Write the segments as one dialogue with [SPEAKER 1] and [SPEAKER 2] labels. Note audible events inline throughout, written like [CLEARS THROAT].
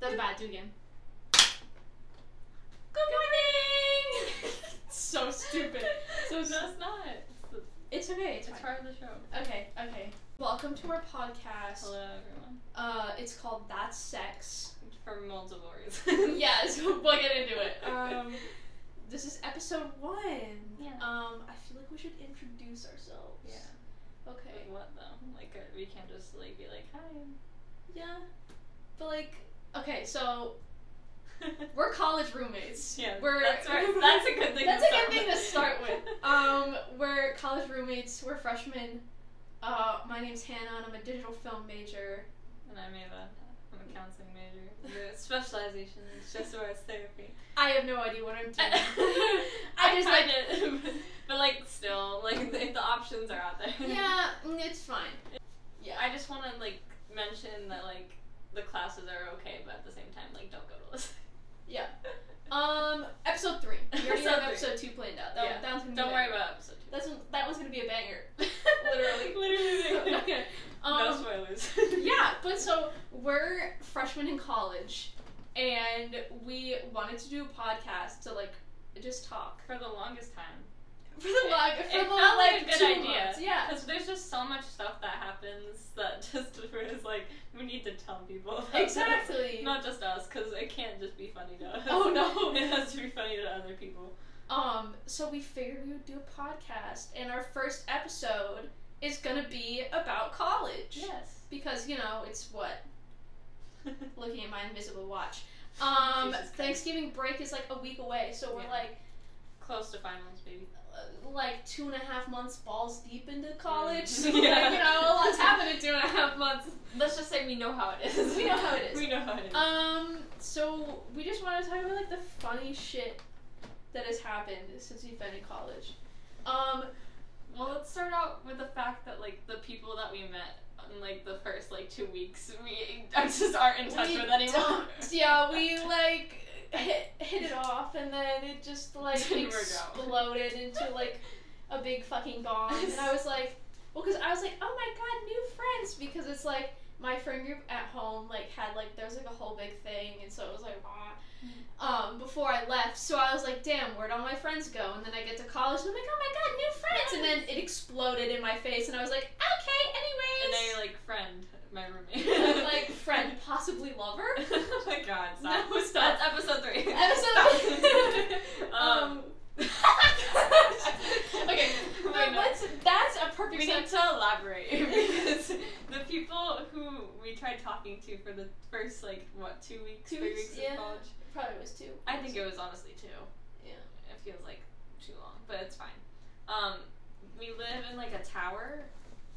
[SPEAKER 1] was bad. Do it again. Good morning. [LAUGHS] so stupid. So
[SPEAKER 2] no,
[SPEAKER 1] s-
[SPEAKER 2] it's not. It's, the,
[SPEAKER 1] it's okay. It's
[SPEAKER 2] it's
[SPEAKER 1] fine.
[SPEAKER 2] part of the show.
[SPEAKER 1] Okay. Okay. Welcome to our podcast.
[SPEAKER 2] Hello, everyone.
[SPEAKER 1] Uh, it's called That's [LAUGHS] Sex.
[SPEAKER 2] For multiple [LAUGHS] reasons.
[SPEAKER 1] yeah. So [LAUGHS] we'll get into it. Um, [LAUGHS] this is episode one.
[SPEAKER 2] Yeah.
[SPEAKER 1] Um, I feel like we should introduce ourselves.
[SPEAKER 2] Yeah.
[SPEAKER 1] Okay.
[SPEAKER 2] Like, what though? Like uh, we can't just like be like hi.
[SPEAKER 1] Yeah. But like, okay. So we're college
[SPEAKER 2] [LAUGHS]
[SPEAKER 1] roommates.
[SPEAKER 2] yeah.
[SPEAKER 1] We're-
[SPEAKER 2] that's,
[SPEAKER 1] [LAUGHS]
[SPEAKER 2] right. that's a good thing.
[SPEAKER 1] That's
[SPEAKER 2] to
[SPEAKER 1] a good
[SPEAKER 2] start
[SPEAKER 1] thing
[SPEAKER 2] with.
[SPEAKER 1] to start
[SPEAKER 2] [LAUGHS]
[SPEAKER 1] with. Um, we're college roommates. We're freshmen. Uh, my name's Hannah, and I'm a digital film major.
[SPEAKER 2] and I'm Ava. I'm a counseling major. The specialization is just where it's therapy. [LAUGHS]
[SPEAKER 1] I have no idea what I'm doing. [LAUGHS]
[SPEAKER 2] I just
[SPEAKER 1] just, like-
[SPEAKER 2] like it, but like still, like [LAUGHS] the, the options are out there.
[SPEAKER 1] yeah, mm, it's fine.
[SPEAKER 2] Yeah, I just want to like mention that like the classes are okay, but at the same time, like don't go to listen.
[SPEAKER 1] Yeah. Um, episode three. We already
[SPEAKER 2] Episode
[SPEAKER 1] have
[SPEAKER 2] three.
[SPEAKER 1] episode two planned out. That,
[SPEAKER 2] Yeah.
[SPEAKER 1] that one's gonna
[SPEAKER 2] [LAUGHS]
[SPEAKER 1] be
[SPEAKER 2] don't
[SPEAKER 1] a
[SPEAKER 2] worry
[SPEAKER 1] banger.
[SPEAKER 2] about episode two.
[SPEAKER 1] That's one- that one's gonna be a banger.
[SPEAKER 2] Literally. [LAUGHS] Literally.
[SPEAKER 1] okay.
[SPEAKER 2] [LAUGHS] no
[SPEAKER 1] Um,
[SPEAKER 2] spoilers.
[SPEAKER 1] [LAUGHS] yeah, but so we're freshmen in college, and we wanted to do a podcast to like just talk
[SPEAKER 2] [LAUGHS] for the longest time,
[SPEAKER 1] for the log
[SPEAKER 2] It-
[SPEAKER 1] for
[SPEAKER 2] it
[SPEAKER 1] the
[SPEAKER 2] felt like
[SPEAKER 1] like
[SPEAKER 2] a good
[SPEAKER 1] two
[SPEAKER 2] idea.
[SPEAKER 1] months. Yeah.
[SPEAKER 2] because there's just so much stuff that happens that [LAUGHS] just is like we need to tell people. about this.
[SPEAKER 1] Exactly.
[SPEAKER 2] Not just us, because it can't just be funny to us.
[SPEAKER 1] Oh, no.
[SPEAKER 2] [LAUGHS] it has to be funny to other people.
[SPEAKER 1] Um, so we figured we would do a podcast, and our first episode is gonna be about college.
[SPEAKER 2] Yes.
[SPEAKER 1] Because, you know, it's what? Looking at my invisible watch. Um,
[SPEAKER 2] Jesus Christ.
[SPEAKER 1] Thanksgiving break is like a week away, so we're
[SPEAKER 2] Yeah.
[SPEAKER 1] like
[SPEAKER 2] [LAUGHS] Close to finals, baby.
[SPEAKER 1] uh, like two and a half months balls deep into college. [LAUGHS] So
[SPEAKER 2] Mm. [LAUGHS] Yeah.
[SPEAKER 1] like, you know, a lot's happened in two and a half months.
[SPEAKER 2] Let's just say we know how it is.
[SPEAKER 1] We know how it
[SPEAKER 2] [LAUGHS]
[SPEAKER 1] is.
[SPEAKER 2] we know how it is.
[SPEAKER 1] Um, so we just want to talk about like the funny shit that has happened since we've been in college. Um,
[SPEAKER 2] well, let's start out with the fact that like the people that we met in like the first like two weeks, we [LAUGHS] I just aren't in touch
[SPEAKER 1] We
[SPEAKER 2] with anymore.
[SPEAKER 1] don't- [LAUGHS] yeah,
[SPEAKER 2] [LAUGHS]
[SPEAKER 1] we like hit, hit it off, and then it just
[SPEAKER 2] [LAUGHS]
[SPEAKER 1] like
[SPEAKER 2] Didn't work out.
[SPEAKER 1] exploded into like a big fucking bomb. And I was like, well, because I was like, oh my god, new friends, because it's like my friend group at home like had like there was like a whole big thing, and so it was like, ah. Um, before I left, so I was like, "Damn, where'd all my friends go?" And then I get to college, and I'm like, "Oh my god, new friends!" And then it exploded in my face, and I was like, "Okay, anyways."
[SPEAKER 2] And now you're like friend, my
[SPEAKER 1] [LAUGHS]
[SPEAKER 2] roommate. [LAUGHS]
[SPEAKER 1] like friend, possibly lover.
[SPEAKER 2] oh my god, stop.
[SPEAKER 1] No, stop.
[SPEAKER 2] That's episode three. [LAUGHS]
[SPEAKER 1] Episode
[SPEAKER 2] Stop.
[SPEAKER 1] [LAUGHS] Um,
[SPEAKER 2] [LAUGHS] um.
[SPEAKER 1] [LAUGHS] okay,
[SPEAKER 2] Wait,
[SPEAKER 1] but
[SPEAKER 2] no.
[SPEAKER 1] let's, that's a
[SPEAKER 2] We
[SPEAKER 1] perfect
[SPEAKER 2] need
[SPEAKER 1] sense.
[SPEAKER 2] to elaborate
[SPEAKER 1] [LAUGHS]
[SPEAKER 2] because the people who we tried talking to for the first like what two weeks,
[SPEAKER 1] Two
[SPEAKER 2] three
[SPEAKER 1] weeks,
[SPEAKER 2] weeks,
[SPEAKER 1] yeah.
[SPEAKER 2] of college.
[SPEAKER 1] Probably was two.
[SPEAKER 2] I think it was honestly two.
[SPEAKER 1] Yeah.
[SPEAKER 2] It feels like too long, but it's fine. Um, we live in like a tower.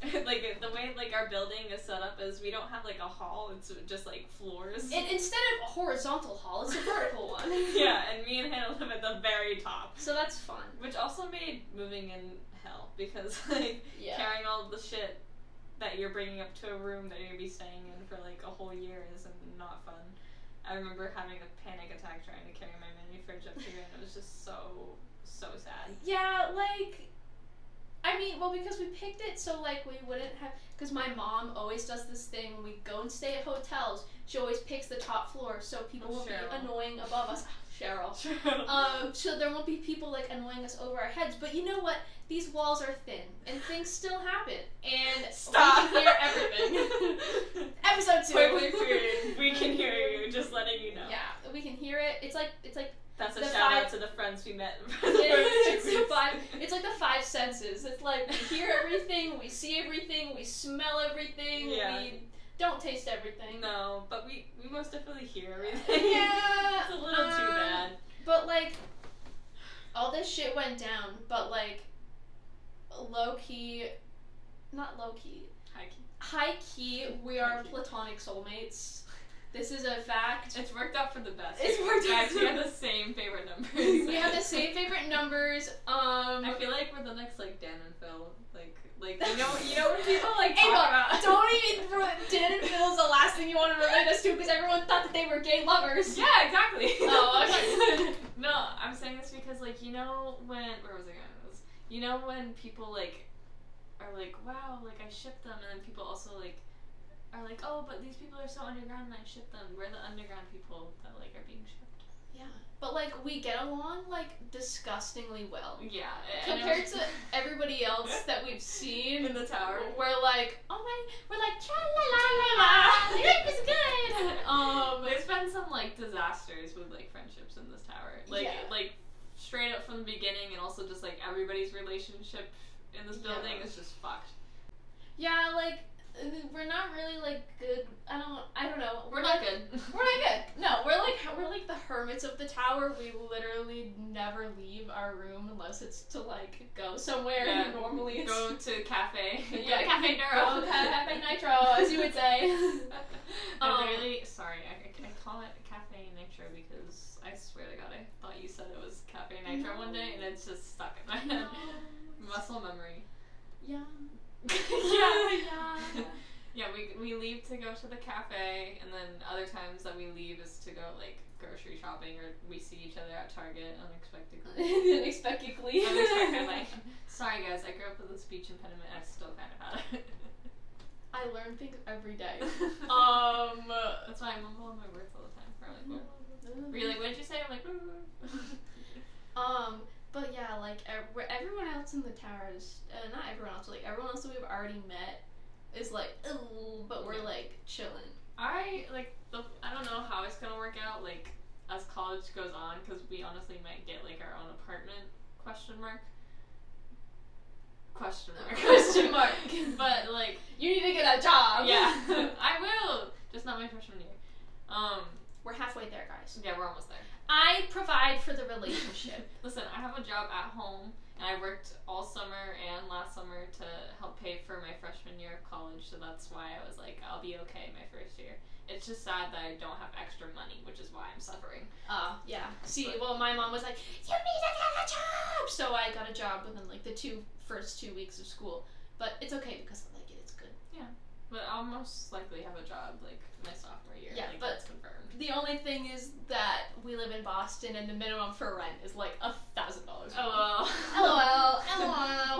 [SPEAKER 2] [LAUGHS] like the way like our building is set up is we don't have like a hall. It's just like floors.
[SPEAKER 1] And instead of a horizontal hall, it's a vertical one.
[SPEAKER 2] [LAUGHS] yeah, and me and Hannah live at the very top,
[SPEAKER 1] So that's fun.
[SPEAKER 2] which also made moving in hell because [LAUGHS] like
[SPEAKER 1] Yeah.
[SPEAKER 2] carrying all the shit that you're bringing up to a room that you're gonna be staying in for like a whole year is not fun. I remember having a panic attack trying to carry my mini fridge up here, and it was just so so sad. [LAUGHS]
[SPEAKER 1] Yeah, like. I mean, well, because we picked it so, like, we wouldn't have. Because my mom always does this thing when we go and stay at hotels. She always picks the top floor so people
[SPEAKER 2] Oh,
[SPEAKER 1] will
[SPEAKER 2] Cheryl.
[SPEAKER 1] be annoying above us. Cheryl. Um, so there won't be people like annoying us over our heads. But you know what? These walls are thin, and things still happen. And
[SPEAKER 2] Stop!
[SPEAKER 1] we can hear
[SPEAKER 2] [LAUGHS]
[SPEAKER 1] everything. Episode two.
[SPEAKER 2] Wait, wait,
[SPEAKER 1] [LAUGHS]
[SPEAKER 2] period. We can hear you. Just letting you know.
[SPEAKER 1] Yeah, we can hear it. It's like
[SPEAKER 2] [LAUGHS]
[SPEAKER 1] it's like
[SPEAKER 2] That's a
[SPEAKER 1] The
[SPEAKER 2] shout
[SPEAKER 1] five-
[SPEAKER 2] out to the friends we met. [LAUGHS]
[SPEAKER 1] it's, the five. It's like the five senses. It's like
[SPEAKER 2] [LAUGHS]
[SPEAKER 1] we hear everything, we see everything, we smell everything,
[SPEAKER 2] Yeah.
[SPEAKER 1] we don't taste
[SPEAKER 2] [LAUGHS]
[SPEAKER 1] everything.
[SPEAKER 2] No, but we we most definitely [LAUGHS] hear everything.
[SPEAKER 1] Yeah.
[SPEAKER 2] it's a little too
[SPEAKER 1] um,
[SPEAKER 2] bad.
[SPEAKER 1] But like, all this shit went down. But like, low key, not low key.
[SPEAKER 2] Hi, Keith.
[SPEAKER 1] High key, we are
[SPEAKER 2] High key.
[SPEAKER 1] platonic soulmates. This is a
[SPEAKER 2] [LAUGHS]
[SPEAKER 1] fact.
[SPEAKER 2] It's worked out for the best.
[SPEAKER 1] It's worked out
[SPEAKER 2] Guys,
[SPEAKER 1] for
[SPEAKER 2] we
[SPEAKER 1] the-
[SPEAKER 2] have the [LAUGHS] same favorite numbers.
[SPEAKER 1] we have
[SPEAKER 2] [LAUGHS]
[SPEAKER 1] the same favorite numbers. Um,
[SPEAKER 2] I feel like we're the next like Dan and Phil. Like like [LAUGHS] you know you know when people like
[SPEAKER 1] Hey,
[SPEAKER 2] talk
[SPEAKER 1] look,
[SPEAKER 2] about
[SPEAKER 1] [LAUGHS] don't even throw Dan and Phil is the last thing you want to relate us to because everyone thought that they were gay
[SPEAKER 2] [LAUGHS] [LAUGHS]
[SPEAKER 1] lovers. [LAUGHS]
[SPEAKER 2] Yeah, exactly. [LAUGHS]
[SPEAKER 1] Oh, okay.
[SPEAKER 2] no, I'm saying this because like you know when where was I going with this? You know when people like are like wow like I ship them and then people also like are like, oh, but these people are so underground and I ship them. We're the underground people that like are being shipped.
[SPEAKER 1] Yeah. But like we get along like disgustingly well.
[SPEAKER 2] Yeah. and it
[SPEAKER 1] Oh. Compared
[SPEAKER 2] was-
[SPEAKER 1] to everybody else that we've
[SPEAKER 2] [LAUGHS]
[SPEAKER 1] seen
[SPEAKER 2] in the tower.
[SPEAKER 1] We're like, oh my, we're like, cha
[SPEAKER 2] [LAUGHS]
[SPEAKER 1] la la la la, life is good. [LAUGHS] Um,
[SPEAKER 2] There's been some like disasters with like friendships in this tower. Like
[SPEAKER 1] Yeah.
[SPEAKER 2] like straight up from the beginning and also just like everybody's relationship in this
[SPEAKER 1] Yeah.
[SPEAKER 2] building is just fucked.
[SPEAKER 1] yeah, like we're not really like good. I don't, I don't know.
[SPEAKER 2] We're not
[SPEAKER 1] like-
[SPEAKER 2] [LAUGHS] good.
[SPEAKER 1] We're not good. No, we're like we're like the hermits of the tower. We literally never leave our room unless it's to like go somewhere.
[SPEAKER 2] Yeah.
[SPEAKER 1] And [LAUGHS] normally it's
[SPEAKER 2] Go to cafe. Go
[SPEAKER 1] Yeah,
[SPEAKER 2] to cafe Neuro.
[SPEAKER 1] Go Cafe Nitro, as you
[SPEAKER 2] [LAUGHS]
[SPEAKER 1] would say. Um,
[SPEAKER 2] I literally sorry, I, I call it cafe nitro because I swear to God I thought you said it was cafe nitro one day and it's just stuck in my head. Muscle memory.
[SPEAKER 1] yeah.
[SPEAKER 2] yeah,
[SPEAKER 1] [LAUGHS] yeah.
[SPEAKER 2] Yeah, we, we leave to go to the cafe, and then other times that we leave is to go like grocery shopping, or we see each other at Target unexpectedly. [LAUGHS]
[SPEAKER 1] Unexpectedly.
[SPEAKER 2] unexpectedly. Sorry guys, I grew up with a speech impediment. I still kind of had it.
[SPEAKER 1] [LAUGHS] I learn things every
[SPEAKER 2] [LAUGHS]
[SPEAKER 1] day. Um. [LAUGHS]
[SPEAKER 2] That's why I mumble on my words all the time. We're like, what? Were you like, what did you say? I'm like,
[SPEAKER 1] Um. But yeah, like ev- where everyone else in the tower is uh, not everyone else, but, like everyone else that we've already met is like, ooh, but we're
[SPEAKER 2] Yeah.
[SPEAKER 1] like chilling.
[SPEAKER 2] I like the I don't know how it's gonna work out like as college goes on because we honestly might get like our own apartment question mark question mark
[SPEAKER 1] Question mark.
[SPEAKER 2] but like
[SPEAKER 1] You need to get a job.
[SPEAKER 2] yeah [LAUGHS] I will just not my freshman year um
[SPEAKER 1] [LAUGHS] we're halfway there, guys.
[SPEAKER 2] yeah we're almost there
[SPEAKER 1] I provide for the [LAUGHS] relationship.
[SPEAKER 2] [LAUGHS] listen I have a job at home and I worked all summer and last summer to help pay for my freshman year of college so that's why I was like I'll be okay my first year it's just sad that I don't have extra money which is why I'm suffering.
[SPEAKER 1] Oh, yeah. See, well, my mom was like, you need to get a job! So I got a job within, like, the two first two weeks of school. But it's okay because I like it, it's good.
[SPEAKER 2] But I'll most likely have a job like my sophomore year.
[SPEAKER 1] Yeah,
[SPEAKER 2] like,
[SPEAKER 1] but-
[SPEAKER 2] that's confirmed.
[SPEAKER 1] The only thing is that we live in Boston and the minimum for rent is, like, a $1,000.
[SPEAKER 2] LOL. [LAUGHS]
[SPEAKER 1] LOL.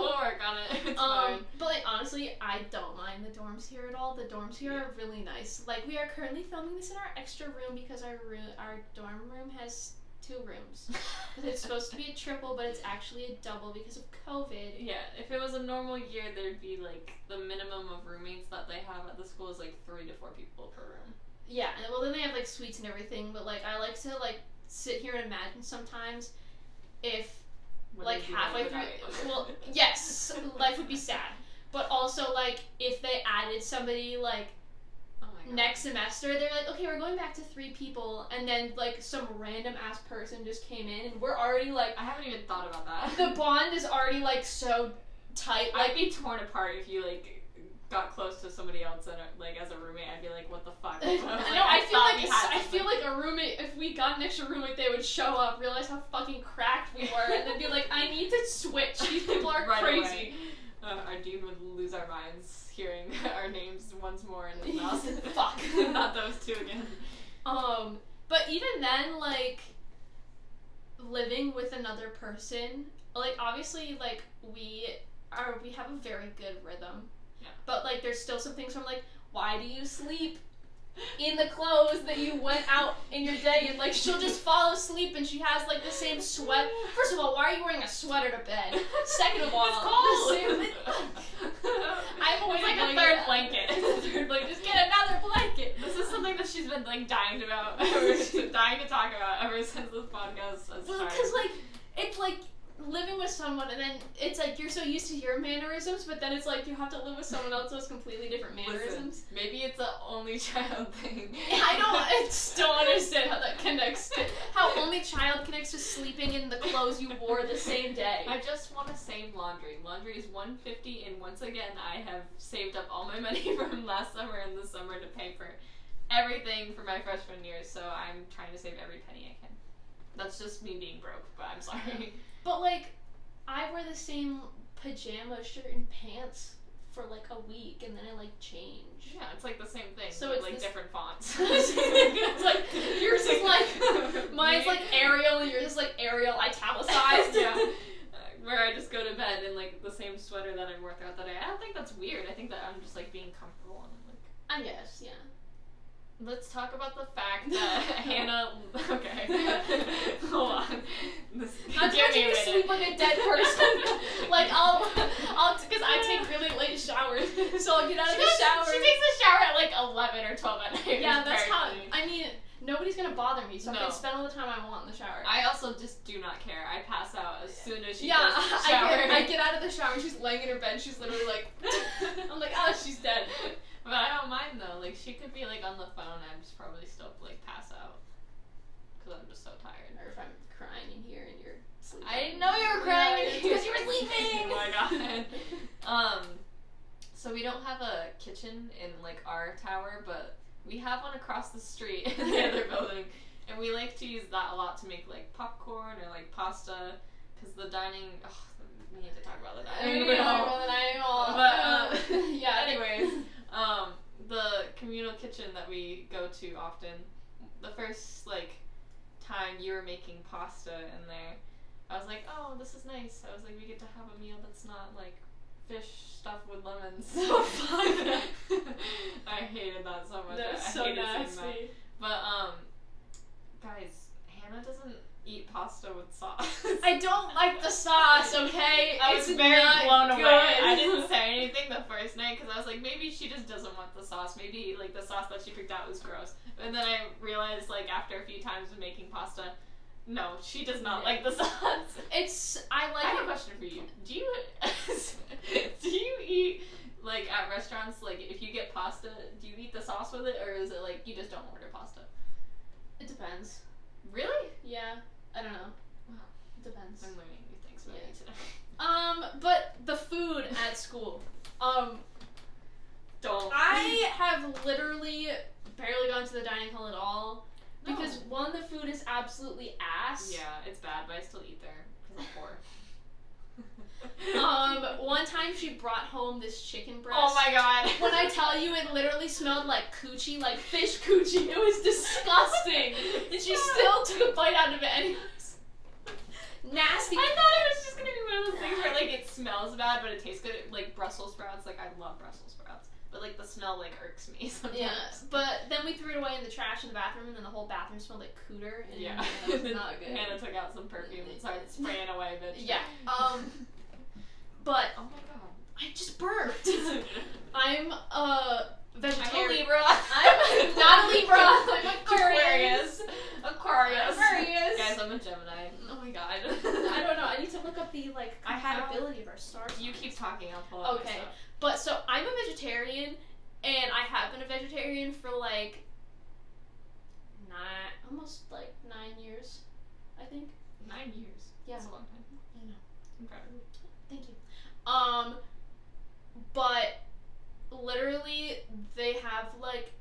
[SPEAKER 2] we'll work on it. It's
[SPEAKER 1] Um,
[SPEAKER 2] fine.
[SPEAKER 1] but like honestly, I don't mind the dorms here at all. The dorms here are really nice. Like we are currently filming this in our extra room because our room, our dorm room has two rooms. [LAUGHS] It's supposed to be a triple, but it's actually a double because of COVID.
[SPEAKER 2] Yeah, if it was a normal year, there'd be like the minimum of roommates that they have at the school is like three to four people per room.
[SPEAKER 1] Yeah, and- well then they have like suites and everything, but like I like to like sit here and imagine sometimes if
[SPEAKER 2] What
[SPEAKER 1] like
[SPEAKER 2] would you
[SPEAKER 1] halfway
[SPEAKER 2] do
[SPEAKER 1] through
[SPEAKER 2] without it? [LAUGHS]
[SPEAKER 1] [LAUGHS] well yes, life would be sad. But also like if they added somebody like
[SPEAKER 2] Oh my God.
[SPEAKER 1] next semester they're like, "Okay, we're going back to 3 people." And then like some random ass person just came in and we're already like
[SPEAKER 2] I haven't even thought about that.
[SPEAKER 1] the bond is already like so tight.
[SPEAKER 2] [LAUGHS]
[SPEAKER 1] Like
[SPEAKER 2] I'd be torn apart if you like got close to somebody else and like as a roommate. I'd be like, what the
[SPEAKER 1] [LAUGHS]
[SPEAKER 2] fuck?
[SPEAKER 1] I
[SPEAKER 2] was
[SPEAKER 1] know.
[SPEAKER 2] like,
[SPEAKER 1] I feel
[SPEAKER 2] thought
[SPEAKER 1] like
[SPEAKER 2] we
[SPEAKER 1] it's-
[SPEAKER 2] had
[SPEAKER 1] I
[SPEAKER 2] something.
[SPEAKER 1] feel like a roommate. If we got an extra roommate, they would show up, realize how fucking cracked we were, and then be like, "I need to switch. These people are
[SPEAKER 2] [LAUGHS] Right
[SPEAKER 1] crazy."
[SPEAKER 2] away. Uh, our dean would lose our minds hearing [LAUGHS] our names once more in
[SPEAKER 1] [LAUGHS]
[SPEAKER 2] the mouth.
[SPEAKER 1] Fuck.
[SPEAKER 2] [LAUGHS] Not those two again.
[SPEAKER 1] Um, but even then, like living with another person, like obviously, like we are we have a very good rhythm.
[SPEAKER 2] Yeah.
[SPEAKER 1] But like, there's still some things from like, why do you sleep? In the clothes that you went out in your day, and like she'll just fall asleep, and she has like the same sweat. First of all, why are you wearing a sweater to
[SPEAKER 2] [LAUGHS]
[SPEAKER 1] bed? [LAUGHS] Second of all,
[SPEAKER 2] it's cold. [LAUGHS]
[SPEAKER 1] the I've always
[SPEAKER 2] it's like a
[SPEAKER 1] been doing
[SPEAKER 2] third
[SPEAKER 1] it. [LAUGHS]
[SPEAKER 2] blanket. [LAUGHS] It's a third blanket. Just get another blanket. This [LAUGHS] is something that she's been like dying about, [LAUGHS]
[SPEAKER 1] [LAUGHS]
[SPEAKER 2] dying to talk about ever since this podcast has
[SPEAKER 1] Well,
[SPEAKER 2] started.
[SPEAKER 1] because like it's like living with someone, and then it's like you're so used to your mannerisms, but then it's like you have to live with someone else who has completely different
[SPEAKER 2] Listen,
[SPEAKER 1] mannerisms.
[SPEAKER 2] maybe it's an only [LAUGHS] child thing.
[SPEAKER 1] I don't. I just
[SPEAKER 2] [LAUGHS]
[SPEAKER 1] don't understand how that connects. To, how only child connects to sleeping in the clothes you wore the same day.
[SPEAKER 2] I just want to save laundry. Laundry is 150 and once again I have saved up all my [LAUGHS] money from last summer and this summer to pay for everything for my freshman year, so I'm trying to save every penny I can. That's just me being broke, but I'm sorry.
[SPEAKER 1] But like, I wear the same pajama shirt and pants for like a week, and then I like change.
[SPEAKER 2] Yeah, it's like the same thing.
[SPEAKER 1] So
[SPEAKER 2] but,
[SPEAKER 1] it's
[SPEAKER 2] like
[SPEAKER 1] this-
[SPEAKER 2] different fonts.
[SPEAKER 1] [LAUGHS] It's like, yours is
[SPEAKER 2] [LAUGHS]
[SPEAKER 1] like- Mine's like Arial, yours is like Arial [LAUGHS] italicized.
[SPEAKER 2] yeah. Uh, [LAUGHS] Where I just go to bed in like the same sweater that I wore throughout the day. I don't think that's weird. I think that I'm just like being comfortable and like
[SPEAKER 1] I guess, yeah.
[SPEAKER 2] Let's talk about the fact
[SPEAKER 1] [LAUGHS]
[SPEAKER 2] that Hannah. Okay. Hold on. This,
[SPEAKER 1] I'm
[SPEAKER 2] give me
[SPEAKER 1] trying
[SPEAKER 2] a
[SPEAKER 1] to
[SPEAKER 2] minute.
[SPEAKER 1] sleep like a dead person. [LAUGHS] like I'll, I'll, because I take really late
[SPEAKER 2] [LAUGHS]
[SPEAKER 1] showers, [LAUGHS] so I'll get out
[SPEAKER 2] she
[SPEAKER 1] of the
[SPEAKER 2] does-
[SPEAKER 1] shower.
[SPEAKER 2] She takes a shower at like 11 or 12 at night.
[SPEAKER 1] yeah, that's how.
[SPEAKER 2] apparently.
[SPEAKER 1] I mean, nobody's gonna bother me, so I
[SPEAKER 2] No.
[SPEAKER 1] can spend all the time I want in the shower.
[SPEAKER 2] I also just do not care. I pass out as soon as she
[SPEAKER 1] yeah,
[SPEAKER 2] goes in the shower.
[SPEAKER 1] [LAUGHS] I get, I get out of the shower. She's laying in her bed. She's literally like, [LAUGHS] I'm like, oh, she's
[SPEAKER 2] [LAUGHS]
[SPEAKER 1] dead.
[SPEAKER 2] But I don't mind though. Like she could be like on the phone. I'm just probably still like pass out because I'm just so tired.
[SPEAKER 1] Or if I'm crying in here and you're. Sleeping.
[SPEAKER 2] I didn't know you were crying
[SPEAKER 1] Yeah,
[SPEAKER 2] because you were sleeping.
[SPEAKER 1] [LAUGHS]
[SPEAKER 2] [LAUGHS]
[SPEAKER 1] Oh my
[SPEAKER 2] Um, so we don't have a kitchen in like our tower, but we have one across the street in the [LAUGHS] other building, and we like to use that a lot to make like popcorn or like pasta. Because the dining, ugh, we need to talk about the
[SPEAKER 1] I
[SPEAKER 2] dining.
[SPEAKER 1] mean,
[SPEAKER 2] room.
[SPEAKER 1] more than I know. [LAUGHS]
[SPEAKER 2] But, um,
[SPEAKER 1] yeah.
[SPEAKER 2] anyways. um, the communal kitchen that we go to often, the first like time you were making pasta in there, I was like, oh, this is nice. I was like, we get to have a meal that's not like fish stuffed with lemons. [LAUGHS]
[SPEAKER 1] So [LAUGHS] fun.
[SPEAKER 2] I hated that so much. I
[SPEAKER 1] That's so
[SPEAKER 2] hated seeing that.
[SPEAKER 1] nasty.
[SPEAKER 2] But um, guys, Hannah doesn't eat pasta with sauce.
[SPEAKER 1] I don't like the sauce, okay?
[SPEAKER 2] I
[SPEAKER 1] it's
[SPEAKER 2] was very
[SPEAKER 1] not
[SPEAKER 2] blown
[SPEAKER 1] good.
[SPEAKER 2] away. I
[SPEAKER 1] [LAUGHS]
[SPEAKER 2] didn't say anything the first night because I was like, maybe she just doesn't want the sauce. Maybe like the sauce that she picked out was gross. And then I realized like after a few times of making pasta, no, she does not
[SPEAKER 1] Yeah.
[SPEAKER 2] like the [LAUGHS] sauce.
[SPEAKER 1] It's I
[SPEAKER 2] I
[SPEAKER 1] like
[SPEAKER 2] have a question for you. Do you [LAUGHS] do you eat like at restaurants like if you get pasta, do you eat the sauce with it or is it like you just don't order pasta?
[SPEAKER 1] it. depends.
[SPEAKER 2] Really?
[SPEAKER 1] Yeah, I don't know.
[SPEAKER 2] Wow.
[SPEAKER 1] It depends.
[SPEAKER 2] I'm learning new things about
[SPEAKER 1] Yeah.
[SPEAKER 2] you today. [LAUGHS]
[SPEAKER 1] Um, but the food at school. Um,
[SPEAKER 2] Don't. [CLEARS THROAT]
[SPEAKER 1] I have literally barely gone to the dining hall at all
[SPEAKER 2] No.
[SPEAKER 1] because one, the food is absolutely ass.
[SPEAKER 2] Yeah, it's bad, but I still eat there because I'm [LAUGHS] poor.
[SPEAKER 1] Um, one time she brought home this chicken breast.
[SPEAKER 2] oh my god!
[SPEAKER 1] When I
[SPEAKER 2] [LAUGHS]
[SPEAKER 1] tell you, it literally smelled like coochie, like fish coochie. It was disgusting. And she still took a bite out of it anyways. Nasty.
[SPEAKER 2] I thought it was just gonna be one of those things where like it smells bad, but it tastes good. Like Brussels sprouts, like I love Brussels sprouts, but like the smell like irks me [LAUGHS] sometimes.
[SPEAKER 1] Yeah, but then we threw it away in the trash in the bathroom, and then the whole bathroom smelled like cooter. And
[SPEAKER 2] Yeah.
[SPEAKER 1] that [LAUGHS] was not good.
[SPEAKER 2] Hannah took out some perfume and started spraying away, bitch.
[SPEAKER 1] [LAUGHS] Yeah. Um, but
[SPEAKER 2] [LAUGHS] Oh [LAUGHS] my
[SPEAKER 1] I just burped. [LAUGHS]
[SPEAKER 2] god.
[SPEAKER 1] I'm a
[SPEAKER 2] I'm a [LAUGHS]
[SPEAKER 1] vegetarian.
[SPEAKER 2] Libra.
[SPEAKER 1] I'm not a Libra. I'm
[SPEAKER 2] [LAUGHS] Aquarius.
[SPEAKER 1] Aquarius.
[SPEAKER 2] Aquarius.
[SPEAKER 1] Aquarius.
[SPEAKER 2] Guys, I'm a Gemini.
[SPEAKER 1] Oh my god. I don't know. I need to look up the like
[SPEAKER 2] I had-
[SPEAKER 1] compatibility of our stars.
[SPEAKER 2] You keep talking. I'll pull up. my
[SPEAKER 1] Okay.
[SPEAKER 2] stuff.
[SPEAKER 1] But so I'm a vegetarian, and I have been a vegetarian for like nine, almost like nine years, I think.
[SPEAKER 2] Nine years.
[SPEAKER 1] Yeah.
[SPEAKER 2] That's a long time.
[SPEAKER 1] I know.
[SPEAKER 2] Incredible.
[SPEAKER 1] Thank you. Um, but literally, they have like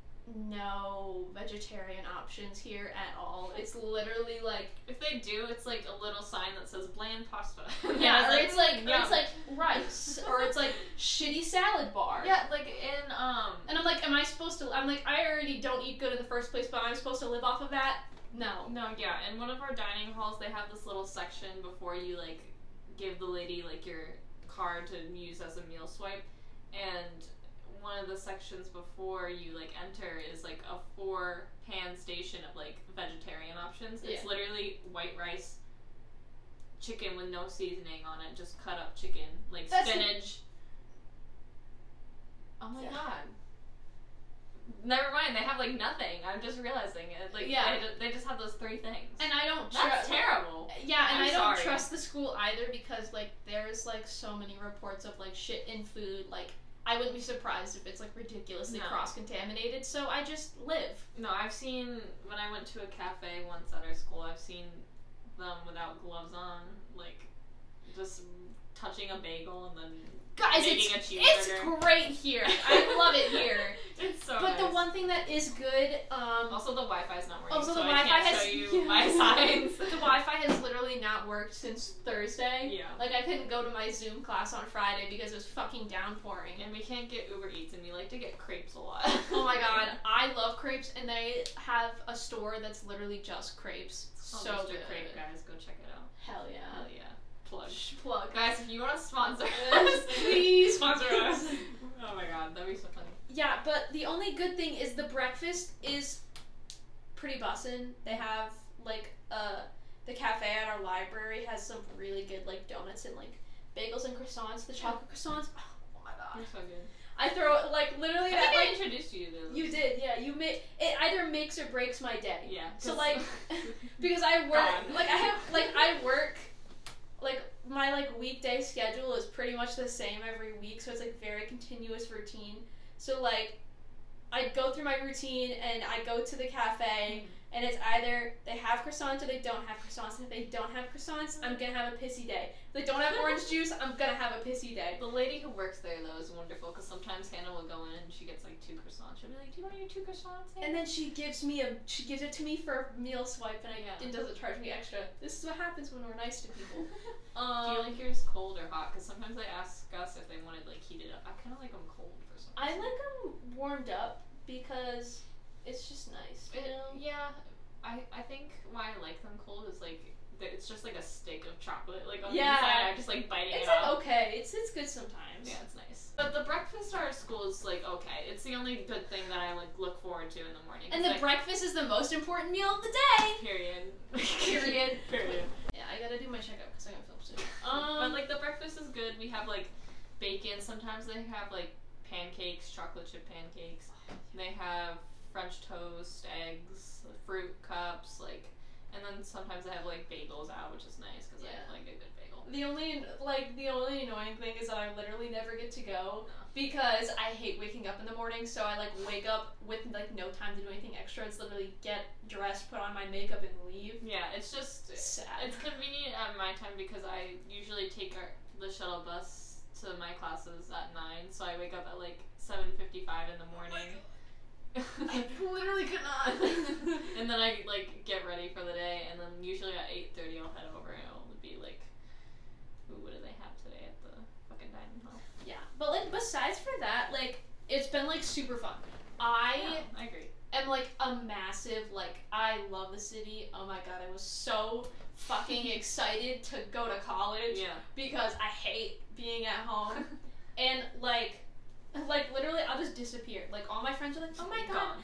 [SPEAKER 1] no vegetarian options here at all. It's literally like
[SPEAKER 2] If they do, it's like a little sign that says bland pasta. [LAUGHS]
[SPEAKER 1] yeah, or it's like or
[SPEAKER 2] yum.
[SPEAKER 1] it's like rice, or it's like shitty salad bar.
[SPEAKER 2] yeah, like in um.
[SPEAKER 1] And I'm like, am I supposed to? I'm like, I already don't eat good in the first place, but I'm supposed to live off of that? No.
[SPEAKER 2] No, yeah, in one of our dining halls, they have this little section before you like give the lady like your card to use as a meal swipe, and one of the sections before you like enter is like a four pan station of like vegetarian options. It's
[SPEAKER 1] Yeah.
[SPEAKER 2] literally white rice, chicken with no seasoning on it, just cut up chicken, like
[SPEAKER 1] That's-
[SPEAKER 2] spinach. Oh my
[SPEAKER 1] Yeah.
[SPEAKER 2] god. Never mind. They have like nothing. I'm just realizing it. Like
[SPEAKER 1] Yeah.
[SPEAKER 2] they, ju- they just have those three things.
[SPEAKER 1] And I don't
[SPEAKER 2] That's
[SPEAKER 1] trust.
[SPEAKER 2] terrible.
[SPEAKER 1] yeah, and
[SPEAKER 2] I'm
[SPEAKER 1] I don't
[SPEAKER 2] sorry.
[SPEAKER 1] trust the school either because like there's like so many reports of like shit in food. Like I wouldn't be surprised if it's like ridiculously
[SPEAKER 2] No.
[SPEAKER 1] cross contaminated. So I just live.
[SPEAKER 2] No, I've seen when I went to a cafe once at our school. I've seen them without gloves on, like just touching a bagel and then
[SPEAKER 1] Guys,
[SPEAKER 2] Making
[SPEAKER 1] it's
[SPEAKER 2] a
[SPEAKER 1] it's
[SPEAKER 2] cheeseburger.
[SPEAKER 1] great here. I love
[SPEAKER 2] [LAUGHS]
[SPEAKER 1] it here.
[SPEAKER 2] it's so.
[SPEAKER 1] but the
[SPEAKER 2] nice.
[SPEAKER 1] one thing that is good, um,
[SPEAKER 2] Also, the Wi-Fi's not working.
[SPEAKER 1] also
[SPEAKER 2] so
[SPEAKER 1] the
[SPEAKER 2] I
[SPEAKER 1] Wi-Fi
[SPEAKER 2] can't
[SPEAKER 1] has
[SPEAKER 2] show you
[SPEAKER 1] [LAUGHS]
[SPEAKER 2] [LAUGHS]
[SPEAKER 1] Yeah.
[SPEAKER 2] my signs.
[SPEAKER 1] the Wi-Fi has literally not worked since Thursday.
[SPEAKER 2] Yeah.
[SPEAKER 1] Like I couldn't go to my Zoom class on Friday because it was fucking downpouring.
[SPEAKER 2] And we can't get Uber Eats, and we like to get crepes a [LAUGHS] lot.
[SPEAKER 1] Oh my god, I love crepes, and they have a store that's literally just crepes.
[SPEAKER 2] So
[SPEAKER 1] so good.
[SPEAKER 2] Oh, crepe guys, go check it out. Hell
[SPEAKER 1] Hell yeah.
[SPEAKER 2] yeah, plug. [LAUGHS]
[SPEAKER 1] Plug.
[SPEAKER 2] Guys, if you want to sponsor us, [LAUGHS]
[SPEAKER 1] Yes, please sponsor us.
[SPEAKER 2] oh my god, that'd be so funny.
[SPEAKER 1] Yeah, but the only good thing is the breakfast is pretty bussin'. They have like uh the cafe at our library has some really good like donuts and like bagels and croissants. The chocolate croissants. Oh my god.
[SPEAKER 2] That's so good.
[SPEAKER 1] I throw like
[SPEAKER 2] I
[SPEAKER 1] literally that
[SPEAKER 2] think I
[SPEAKER 1] like
[SPEAKER 2] introduced you to this.
[SPEAKER 1] you did, yeah. You make it either makes or breaks my day.
[SPEAKER 2] Yeah.
[SPEAKER 1] So,
[SPEAKER 2] 'cause-
[SPEAKER 1] like, [LAUGHS] Because I work
[SPEAKER 2] Gone.
[SPEAKER 1] like I have like I work like my like weekday schedule is pretty much the same every week, so it's like very continuous routine. So like I go through my routine and I go to the
[SPEAKER 2] Mm-hmm.
[SPEAKER 1] cafe and it's either they have croissants or they don't have croissants. And if they don't have croissants, I'm gonna have a pissy day. If they don't have orange juice, I'm gonna have a pissy day.
[SPEAKER 2] [LAUGHS] The lady who works there though is wonderful because sometimes Hannah will go in and she gets like two croissants. She'll be like, "Do you want your two croissants?" Hannah?"
[SPEAKER 1] And then she gives me a she gives it to me for a meal swipe and I
[SPEAKER 2] Yeah.
[SPEAKER 1] and doesn't charge me extra. This is what happens when we're nice to [LAUGHS] people.
[SPEAKER 2] Do you
[SPEAKER 1] Um,
[SPEAKER 2] like yours cold or hot? Because sometimes they ask us if they wanted like heated up. I kind of like them cold for some.
[SPEAKER 1] I like
[SPEAKER 2] reason.
[SPEAKER 1] them warmed up because it's just nice, you
[SPEAKER 2] It-
[SPEAKER 1] know.
[SPEAKER 2] yeah, I I think why I like them cold is like that it's just like a stick of chocolate like on
[SPEAKER 1] Yeah.
[SPEAKER 2] the inside. I'm just like biting
[SPEAKER 1] It's
[SPEAKER 2] it off.
[SPEAKER 1] like okay, it's it's good sometimes.
[SPEAKER 2] Yeah, it's nice. But the breakfast at our school is like okay. It's the only good thing that I like look forward to in the morning.
[SPEAKER 1] And the
[SPEAKER 2] It's, like,
[SPEAKER 1] breakfast is the most important meal of the day.
[SPEAKER 2] period.
[SPEAKER 1] [LAUGHS] Period.
[SPEAKER 2] period.
[SPEAKER 1] Yeah, I gotta do my checkup because I got film soon.
[SPEAKER 2] but
[SPEAKER 1] Um,
[SPEAKER 2] like the breakfast is good. We have like bacon. Sometimes they have like pancakes, chocolate chip pancakes.
[SPEAKER 1] Oh,
[SPEAKER 2] They have French toast, eggs, fruit cups, like, and then sometimes they have like bagels out, which is nice because
[SPEAKER 1] Yeah.
[SPEAKER 2] I like a good bagel.
[SPEAKER 1] the only like the only annoying thing is that I literally never get to
[SPEAKER 2] No.
[SPEAKER 1] go because I hate waking up in the morning. So I like wake up with like no time to do anything extra. It's literally get dressed, put on my makeup, and leave.
[SPEAKER 2] Yeah, it's just
[SPEAKER 1] Sad.
[SPEAKER 2] it's convenient at my time because I usually take our, the shuttle bus to my classes at nine, so I wake up at like seven fifty five in the morning. [LAUGHS]
[SPEAKER 1] I literally could not. [LAUGHS]
[SPEAKER 2] and then I like get ready for the day, and then usually at eight thirty I'll head over and it'll be like, ooh, what do they have today at the fucking dining hall?
[SPEAKER 1] Yeah, but like besides for that, like it's been like super fun. I
[SPEAKER 2] Yeah, I agree.
[SPEAKER 1] am like a massive like I love the city. Oh my god, I was so
[SPEAKER 2] [LAUGHS]
[SPEAKER 1] fucking excited to go to college
[SPEAKER 2] Yeah,
[SPEAKER 1] because I hate being at home
[SPEAKER 2] [LAUGHS]
[SPEAKER 1] and like like literally I'll just disappear. Like all my friends are like, "Oh my god,
[SPEAKER 2] Gone.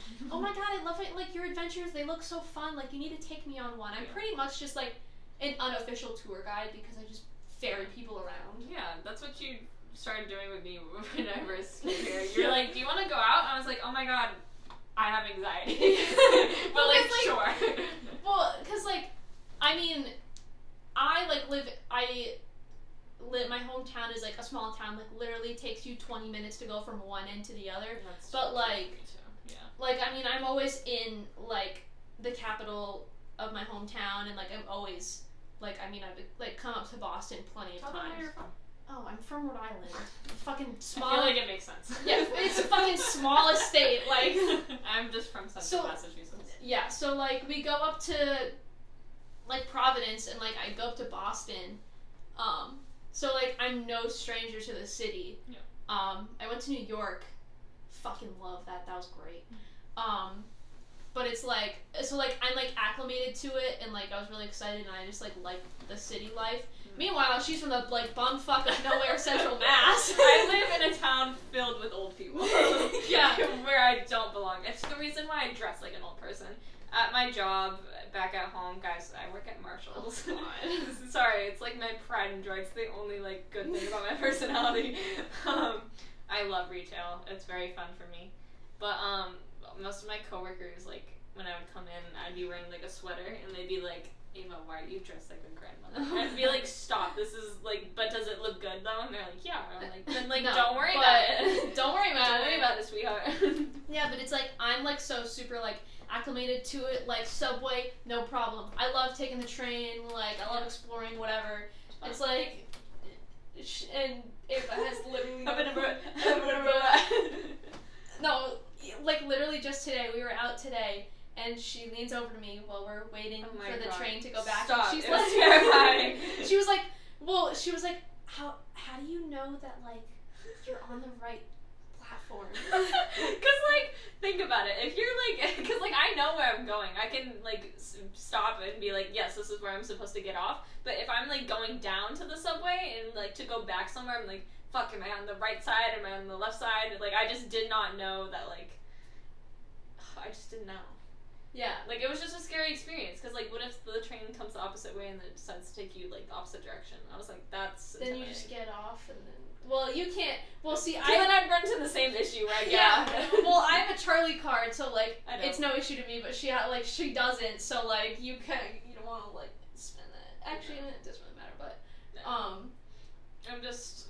[SPEAKER 2] [LAUGHS]
[SPEAKER 1] oh my god, I love it. Like your adventures, they look so fun. Like you need to take me on one." I'm
[SPEAKER 2] Yeah.
[SPEAKER 1] pretty much just like an unofficial tour guide because I just ferry people around.
[SPEAKER 2] Yeah, that's what you started doing with me [LAUGHS] when I first
[SPEAKER 1] [LAUGHS]
[SPEAKER 2] came here. You're like, do you want to go out? I was like, oh my god, I have
[SPEAKER 1] [LAUGHS]
[SPEAKER 2] anxiety. [LAUGHS] but
[SPEAKER 1] Well,
[SPEAKER 2] like,
[SPEAKER 1] it's [LAUGHS]
[SPEAKER 2] sure. [LAUGHS]
[SPEAKER 1] Well, cause like, I mean, I like live. I live. My hometown is like a small town. Like literally takes you twenty minutes to go from one end to the other.
[SPEAKER 2] That's
[SPEAKER 1] But, like-
[SPEAKER 2] me too. yeah,
[SPEAKER 1] Like I mean, I'm always in like the capital of my hometown, and like I'm always like I mean I've like come up to Boston plenty of
[SPEAKER 2] Tell them where
[SPEAKER 1] times.
[SPEAKER 2] you're from.
[SPEAKER 1] Oh, I'm from Rhode Island. [LAUGHS] Fucking
[SPEAKER 2] I
[SPEAKER 1] small.
[SPEAKER 2] feel like it makes sense.
[SPEAKER 1] Yeah, it's a fucking small estate, like-
[SPEAKER 2] [LAUGHS] I'm just from Central
[SPEAKER 1] So-
[SPEAKER 2] Massachusetts.
[SPEAKER 1] Yeah, so like we go up to like Providence and like I go up to Boston. Um so like I'm no stranger to the city.
[SPEAKER 2] Yeah.
[SPEAKER 1] Um I went to New York. Fucking love that. That was great.
[SPEAKER 2] Mm-hmm.
[SPEAKER 1] Um but it's like so like I'm like acclimated to it and like I was really excited and I just like liked the city life.
[SPEAKER 2] Mm.
[SPEAKER 1] Meanwhile, she's from the like bumfuck of nowhere central mass.
[SPEAKER 2] [LAUGHS] I live
[SPEAKER 1] [LAUGHS]
[SPEAKER 2] in a town filled with old people.
[SPEAKER 1] Yeah.
[SPEAKER 2] Where I don't belong. It's the reason why I dress like an old person. At my job, back at home, guys, I work at Marshall's.
[SPEAKER 1] Oh, [LAUGHS]
[SPEAKER 2] [LAUGHS]
[SPEAKER 1] God.
[SPEAKER 2] Sorry, it's like my pride and joy. It's the only like good thing about my [LAUGHS] personality. Um, I love retail. It's very fun for me. But um, most of my coworkers, like when I would come in, I'd be wearing like a sweater, and they'd be like, "Ava, why do you dress like a grandmother?" [LAUGHS] I'd be like, "Stop! This is like, but does it look good though?" And they're like, "Yeah." And I'm like, "Then like,
[SPEAKER 1] [LAUGHS] No,
[SPEAKER 2] don't worry
[SPEAKER 1] but-
[SPEAKER 2] about it.
[SPEAKER 1] [LAUGHS] Don't worry about
[SPEAKER 2] Don't
[SPEAKER 1] it.
[SPEAKER 2] worry about it, sweetheart."
[SPEAKER 1] Yeah, but it's like I'm like so super like acclimated to it. Like subway, no problem. I love taking the train. Like I love exploring whatever. It's like, sh- and
[SPEAKER 2] [LAUGHS]
[SPEAKER 1] Ava has literally [LAUGHS] no, like literally just today we were out today. And she leans over to me while we're waiting
[SPEAKER 2] Oh my
[SPEAKER 1] for the
[SPEAKER 2] God.
[SPEAKER 1] train to go back.
[SPEAKER 2] Stop.
[SPEAKER 1] And she's
[SPEAKER 2] It was [LAUGHS]
[SPEAKER 1] like,
[SPEAKER 2] terrifying.
[SPEAKER 1] [LAUGHS] she was like, well, she was like, how how do you know that like you're on the right platform?
[SPEAKER 2] [LAUGHS] [LAUGHS]
[SPEAKER 1] [LAUGHS]
[SPEAKER 2] Cause like, think about it. If you're like, [LAUGHS] cause like, I know where I'm going. I can like s- stop and be like, yes, this is where I'm supposed to get off. But if I'm like going down to the subway and like to go back somewhere, I'm like, fuck, am I on the right side? Am I on the left side? Like, I just did not know that, like, [SIGHS] I just didn't know.
[SPEAKER 1] Yeah.
[SPEAKER 2] Like, it was just a scary experience because, like, what if the train comes the opposite way and it decides to take you, like, the opposite direction? I was like, that's.
[SPEAKER 1] Then you
[SPEAKER 2] intimidating.
[SPEAKER 1] just get off and then. Well, you can't. Well, see,
[SPEAKER 2] I, then
[SPEAKER 1] I.
[SPEAKER 2] I'd run into the same issue where I get
[SPEAKER 1] Yeah.
[SPEAKER 2] out.
[SPEAKER 1] [LAUGHS] well, I have a Charlie card, so like
[SPEAKER 2] I know.
[SPEAKER 1] it's no issue to me. But she ha- like she doesn't, so like you can you don't want to like spend that. Actually,
[SPEAKER 2] No.
[SPEAKER 1] it doesn't really matter. But
[SPEAKER 2] No.
[SPEAKER 1] um,
[SPEAKER 2] I'm just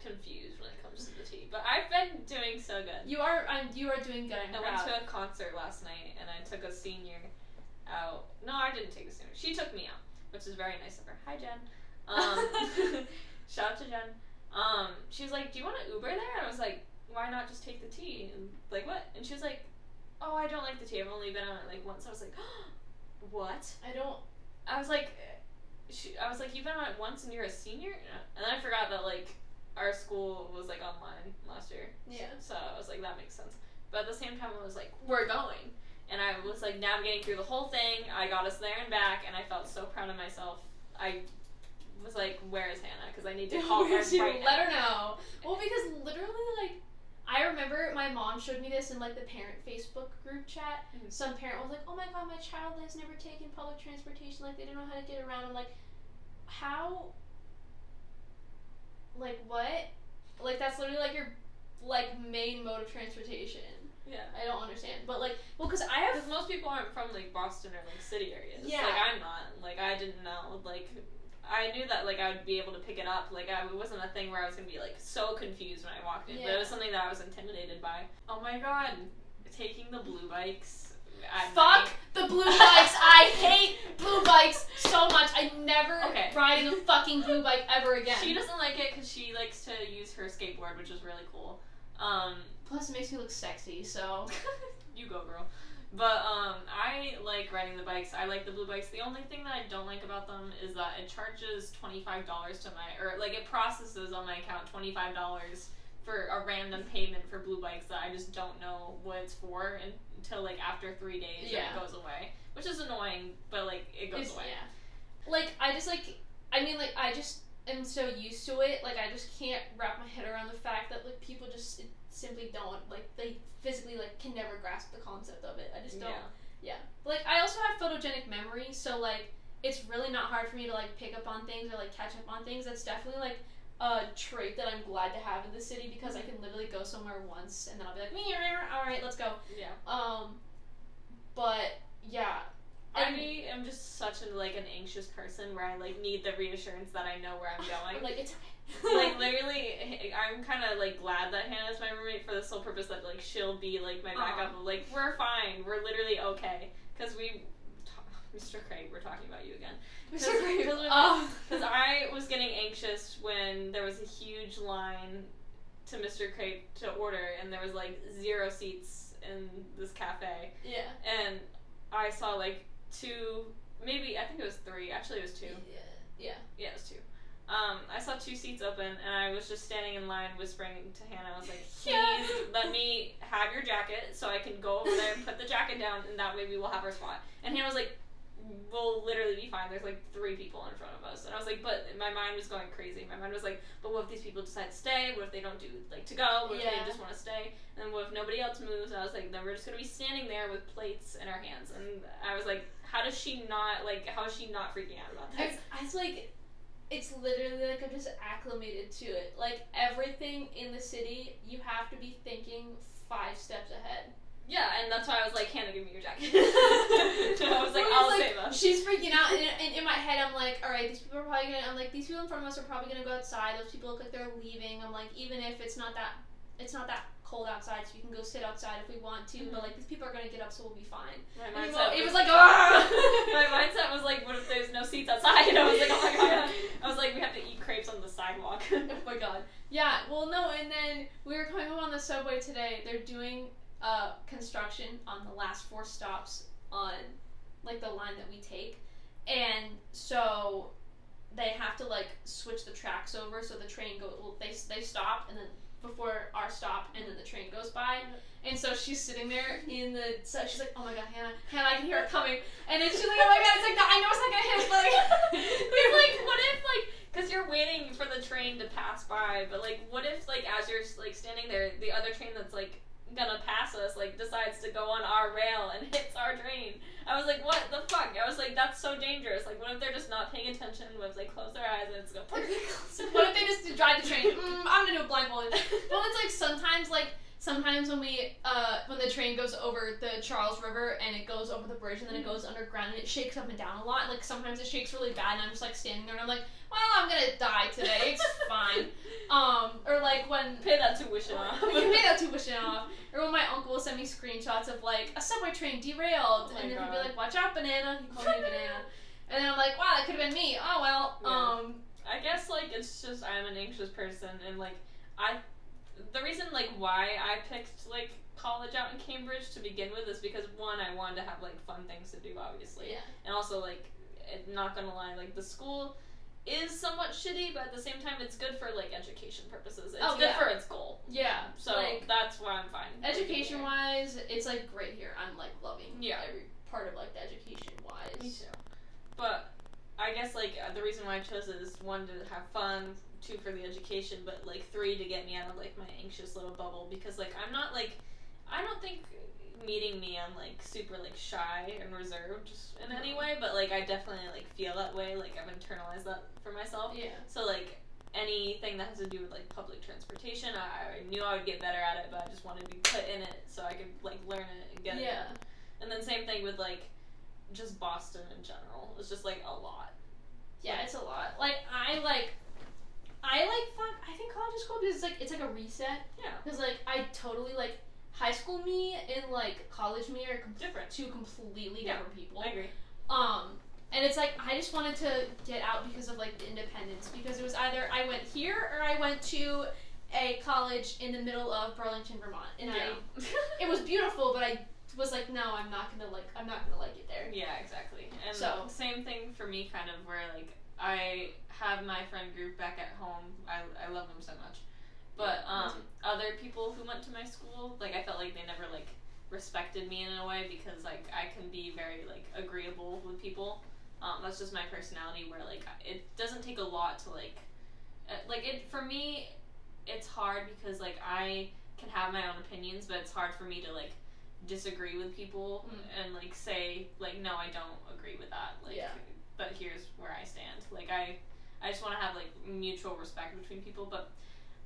[SPEAKER 2] confused when it comes to the tea. But I've been doing so good.
[SPEAKER 1] you are I'm, you are doing good. I'm
[SPEAKER 2] I
[SPEAKER 1] proud.
[SPEAKER 2] went to a concert last night and I took a senior out. No, I didn't take a senior. She took me out, which is very nice of her. Hi, Jen.
[SPEAKER 1] [LAUGHS]
[SPEAKER 2] Um, [LAUGHS] shout out to Jen. Um, she was like, "Do you want to Uber there?" And I was like, "Why not just take the T?" And like, what? And she was like, "Oh, I don't like the T. I've only been on it like once." I was like, [GASPS] "What?"
[SPEAKER 1] I don't.
[SPEAKER 2] I was like, she, I was like, you've been on it once and you're a senior, and then I forgot that like our school was like online last year,
[SPEAKER 1] Yeah.
[SPEAKER 2] so I was like, that makes sense. But at the same time, I was like, we're going, and I was like navigating through the whole thing. I got us there and back, and I felt so proud of myself. I was like, where is Hannah? Because I need
[SPEAKER 1] [LAUGHS]
[SPEAKER 2] to call her
[SPEAKER 1] Where's your-
[SPEAKER 2] right
[SPEAKER 1] let
[SPEAKER 2] now.
[SPEAKER 1] her know. Well, because literally, like, I remember my mom showed me this in like the parent Facebook group chat.
[SPEAKER 2] Mhm.
[SPEAKER 1] Some parent was like, "Oh my god, my child has never taken public transportation. Like, they don't know how to get around." I'm like, how? Like what? Like that's literally like your like main mode of transportation.
[SPEAKER 2] Yeah.
[SPEAKER 1] I don't understand, but like, well, because I have
[SPEAKER 2] Because most people aren't from like Boston or like city areas.
[SPEAKER 1] Yeah.
[SPEAKER 2] Like I'm not. Like I didn't know. Like I knew that like I would be able to pick it up. Like I, it wasn't a thing where I was gonna be like so confused when I walked in. But
[SPEAKER 1] Yeah.
[SPEAKER 2] it was something that I was intimidated by. Oh my god, taking the blue bikes. at
[SPEAKER 1] Fuck
[SPEAKER 2] night.
[SPEAKER 1] the blue bikes. I hate blue bikes so much. I never
[SPEAKER 2] Okay.
[SPEAKER 1] ride a fucking blue bike ever again.
[SPEAKER 2] She doesn't like it because she likes to use her skateboard, which is really cool. Um,
[SPEAKER 1] Plus, it makes me look sexy, so.
[SPEAKER 2] you go, girl. But um, I like riding the bikes. I like the blue bikes. The only thing that I don't like about them is that it charges twenty five dollars to my or like it processes on my account twenty five dollars for a random payment for blue bikes that I just don't know what it's for un- until like after three days
[SPEAKER 1] Yeah.
[SPEAKER 2] and it goes away, which is annoying. But like it goes
[SPEAKER 1] it's-
[SPEAKER 2] away.
[SPEAKER 1] Yeah. Like, I just, like, I mean, like, I just am so used to it. Like, I just can't wrap my head around the fact that, like, people just simply don't, like, they physically, like, can never grasp the concept of it. I just don't. Like, I also have photogenic memory, so, like, it's really not hard for me to, like, pick up on things or, like, catch up on things. That's definitely, like, a trait that I'm glad to have in the city because I can literally go somewhere once and then I'll be like, all right, let's go.
[SPEAKER 2] Yeah.
[SPEAKER 1] Um, but yeah,
[SPEAKER 2] I
[SPEAKER 1] And-
[SPEAKER 2] am just such a like an anxious person where I like need the reassurance that I know where
[SPEAKER 1] [LAUGHS]
[SPEAKER 2] I'm going.
[SPEAKER 1] like it's okay. [LAUGHS]
[SPEAKER 2] like literally i'm kind of like glad that hannah's my roommate for the sole purpose that like she'll be like my backup of like we're fine we're literally okay because we mr craig we're talking about you again
[SPEAKER 1] Mr.
[SPEAKER 2] Cause-
[SPEAKER 1] Grave.
[SPEAKER 2] cause when-
[SPEAKER 1] Oh. [LAUGHS]
[SPEAKER 2] because i was getting anxious when there was a huge line to mr craig to order and there was like zero seats in this cafe
[SPEAKER 1] yeah.
[SPEAKER 2] and i saw like two maybe i think it was three actually it was two
[SPEAKER 1] Yeah.
[SPEAKER 2] yeah, it was two. Um, I saw two seats open, and I was just standing in line whispering to Hannah. I was like, "Please
[SPEAKER 1] [LAUGHS] Yeah.
[SPEAKER 2] let me have your jacket, so I can go over there and put the jacket down, and that way we will have our spot." And Hannah was like, "We'll literally be fine. There's like three people in front of us." And I was like, "But my mind was going crazy. My mind was like, but what if these people decide to stay? What if they don't do like to go? What if
[SPEAKER 1] Yeah.
[SPEAKER 2] they just want to stay? And then what if nobody else moves?" And I was like, "Then we're just gonna be standing there with plates in our hands." And I was like, "How does she not like? How is she not freaking out about this?"
[SPEAKER 1] It's, it's like it's literally like I'm just acclimated to it. Like everything in the city, you have to be thinking five steps ahead.
[SPEAKER 2] Yeah, and that's why I was like, Hannah, give me your jacket. [LAUGHS] I was like,
[SPEAKER 1] Because,
[SPEAKER 2] I'll
[SPEAKER 1] like,
[SPEAKER 2] save us.
[SPEAKER 1] She's freaking out, and, and in my head, I'm like, all right, these people are probably gonna. I'm like, these people in front of us are probably gonna go outside. Those people look like they're leaving. I'm like, even if it's not that, it's not that cold outside, so we can go sit outside if we want to. But like, these people are gonna get up, so we'll be fine.
[SPEAKER 2] My
[SPEAKER 1] And
[SPEAKER 2] mindset,
[SPEAKER 1] it
[SPEAKER 2] [LAUGHS]
[SPEAKER 1] was
[SPEAKER 2] was,
[SPEAKER 1] like, ah!
[SPEAKER 2] [LAUGHS] my mindset was like, what if there's no seats outside? [LAUGHS] And I was like, oh my
[SPEAKER 1] [LAUGHS]
[SPEAKER 2] god. I was like, we have to eat crepes on the sidewalk.
[SPEAKER 1] oh my god. Yeah, well, no, and then we were coming home on the subway today. They're doing uh, construction on the last four stops on like the line that we take, and so they have to like switch the tracks over so the train go. Well, they they stop and then before our stop, and then the train goes by. And so she's sitting there in the so she's like, oh my god, Hannah, Hannah, I can hear it coming. And then she's like, oh my god, it's like I know it's not gonna hit, us, but [LAUGHS] like,
[SPEAKER 2] But, like, what if like, cause you're waiting for the train to pass by, but like, what if like as you're like standing there, the other train that's like gonna pass us like decides to go on our rail and [LAUGHS] hits our train? I was like, what the fuck? I was like, that's so dangerous. Like, what if they're just not paying attention? What if they close their eyes and it's [LAUGHS]
[SPEAKER 1] [LAUGHS]
[SPEAKER 2] going?
[SPEAKER 1] what if they just drive the train? Mm, I'm gonna do a blindfold. Well, it's like sometimes, like sometimes when we, uh, when the train goes over the Charles River and it goes over the bridge and then it goes underground and it shakes up and down a lot. And, like sometimes it shakes really bad and I'm just like standing there and I'm like, well, I'm gonna die today.
[SPEAKER 2] [LAUGHS]
[SPEAKER 1] It's fine. Um, or like when
[SPEAKER 2] Pay that
[SPEAKER 1] [LAUGHS]
[SPEAKER 2] tuition off.
[SPEAKER 1] you made that tuition off. Or when my uncle will send me screenshots of like a subway train derailed,
[SPEAKER 2] Oh my
[SPEAKER 1] and then he'll be
[SPEAKER 2] God.
[SPEAKER 1] like, "Watch out, banana!" He called me banana, and then I'm like, "Wow, that could have been me." Oh well.
[SPEAKER 3] Yeah.
[SPEAKER 1] Um,
[SPEAKER 2] I guess like it's just I'm an anxious person and like I the reason like why I picked like college out in Cambridge to begin with is because one I wanted to have like fun things to do obviously
[SPEAKER 1] yeah.
[SPEAKER 2] and also like it- not gonna lie like the school is somewhat shitty but at the same time it's good for like education purposes it's
[SPEAKER 1] Oh,
[SPEAKER 2] good
[SPEAKER 1] yeah.
[SPEAKER 2] for its goal
[SPEAKER 1] Yeah.
[SPEAKER 2] so
[SPEAKER 1] Like-
[SPEAKER 2] that's why I'm fine with it.
[SPEAKER 1] Education wise, it's like great here. I'm like loving
[SPEAKER 2] Yeah.
[SPEAKER 1] every part of like the education
[SPEAKER 2] Me
[SPEAKER 1] wise.
[SPEAKER 2] too. But I guess like uh, the reason why I chose it is one to have fun, two for the education, but like three to get me out of like my anxious little bubble because like I'm not like I don't think meeting me I'm like super like shy and reserved in any way, but like I definitely like feel that way. Like I've internalized that for myself.
[SPEAKER 1] Yeah.
[SPEAKER 2] So like anything that has to do with like public transportation, I, I knew I would get better at it, but I just wanted to be put in it so I could like learn it and get it.
[SPEAKER 1] yeah.
[SPEAKER 2] And then same thing with like just Boston in general. It's just like a lot.
[SPEAKER 1] Yeah, it's a lot. Like I like I like fuck I think college is cool because it's like it's like a reset.
[SPEAKER 2] Yeah.
[SPEAKER 1] Because like I totally like high school me and like college me are com-
[SPEAKER 2] Different.
[SPEAKER 1] two completely
[SPEAKER 2] Yeah.
[SPEAKER 1] different people.
[SPEAKER 2] I agree.
[SPEAKER 1] Um, and it's like I just wanted to get out because of like the independence because it was either I went here or I went to a college in the middle of Burlington, Vermont, and I [LAUGHS] it was beautiful, but I was like, no, I'm not gonna like I'm not gonna like it there.
[SPEAKER 2] [LAUGHS] Yeah, exactly. And
[SPEAKER 1] So-
[SPEAKER 2] same thing for me kind of where like I have my friend group back at home. I I love them so much. But
[SPEAKER 1] Yeah, me
[SPEAKER 2] um other people who went to my school, like I felt like they never like respected me in a way because like I can be very like agreeable with people. Um, that's just my personality where like it doesn't take a lot to like uh, like it for me it's hard because like I can have my own opinions, but it's hard for me to like disagree with people
[SPEAKER 1] Mm.
[SPEAKER 2] and like say like no, I don't agree with that. Like,
[SPEAKER 1] Yeah.
[SPEAKER 2] but here's where I stand. Like I, I just want to have like mutual respect between people, but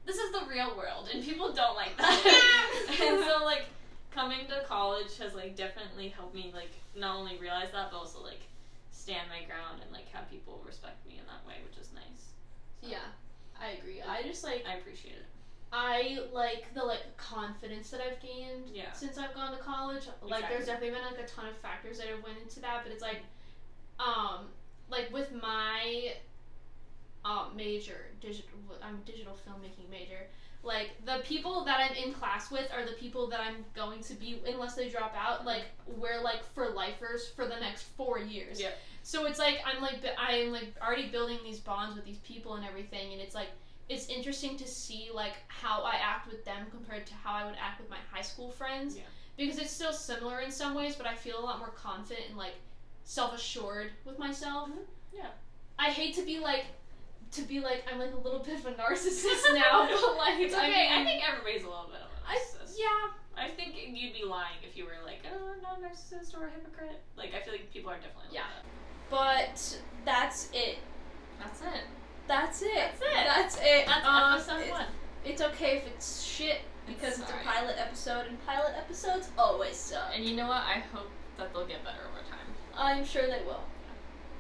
[SPEAKER 2] this is the real world, and people don't like
[SPEAKER 1] [LAUGHS]
[SPEAKER 2] that. [LAUGHS] and so like coming to college has like definitely helped me like not only realize that, but also like stand my ground and like have people respect me in that way, which is nice.
[SPEAKER 1] Yeah, I agree. I just like
[SPEAKER 2] I appreciate it.
[SPEAKER 1] I like the like confidence that I've gained
[SPEAKER 2] Yeah.
[SPEAKER 1] since I've gone to college. Like
[SPEAKER 2] Exactly.
[SPEAKER 1] there's definitely been like a ton of factors that have went into that, but it's like um like with my um major digital I'm digital filmmaking major. Like the people that I'm in class with are the people that I'm going to be unless they drop out. Like we're like for lifers for the next four years.
[SPEAKER 2] Yep.
[SPEAKER 1] So it's like I'm like bu- I'm like already building these bonds with these people and everything, and it's like it's interesting to see like how I act with them compared to how I would act with my high school friends.
[SPEAKER 2] Yeah.
[SPEAKER 1] Because it's still similar in some ways, but I feel a lot more confident and like self assured with myself.
[SPEAKER 2] Mm-hmm. Yeah.
[SPEAKER 1] I hate to be like to be like I'm like a little bit of a narcissist [LAUGHS]
[SPEAKER 2] [LAUGHS]
[SPEAKER 1] now, but like
[SPEAKER 2] It's okay. I,
[SPEAKER 1] mean,
[SPEAKER 2] think everybody's a little bit of a
[SPEAKER 1] I
[SPEAKER 2] narcissist.
[SPEAKER 1] yeah.
[SPEAKER 2] I, think you'd be lying if you were like, oh, I'm not a narcissist or a hypocrite. Like, I feel like people are definitely
[SPEAKER 1] Yeah.
[SPEAKER 2] like
[SPEAKER 1] But that's it.
[SPEAKER 2] that. That's it.
[SPEAKER 1] That's it.
[SPEAKER 2] That's it.
[SPEAKER 1] That's it.
[SPEAKER 2] That's
[SPEAKER 1] Um,
[SPEAKER 2] episode
[SPEAKER 1] it's-
[SPEAKER 2] one.
[SPEAKER 1] It's okay if it's shit because it's,
[SPEAKER 2] Sorry.
[SPEAKER 1] a pilot episode, and pilot episodes always suck.
[SPEAKER 2] And you know what? I hope that they'll get better over time.
[SPEAKER 1] I'm sure they will.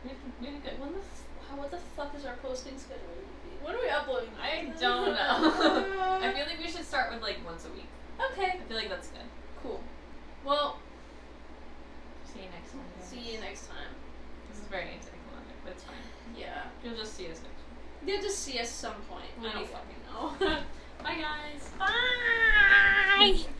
[SPEAKER 2] You you did good.
[SPEAKER 1] When the f- how, what the fuck is our posting schedule? gonna be? When are we uploading? [LAUGHS]
[SPEAKER 2] I
[SPEAKER 1] this?
[SPEAKER 2] don't know.
[SPEAKER 1] [LAUGHS]
[SPEAKER 2] [LAUGHS] I feel like we should start with like once a week.
[SPEAKER 1] okay,
[SPEAKER 2] I feel like that's good.
[SPEAKER 1] cool. Well,
[SPEAKER 2] See you next Monday.
[SPEAKER 1] see you next time.
[SPEAKER 2] This is very anticlimactic, but it's fine.
[SPEAKER 1] Yeah,
[SPEAKER 2] You'll just see us next.
[SPEAKER 1] you'll just see us some point. [LAUGHS]
[SPEAKER 2] I don't
[SPEAKER 1] fucking know.
[SPEAKER 2] Bye guys.
[SPEAKER 1] Bye.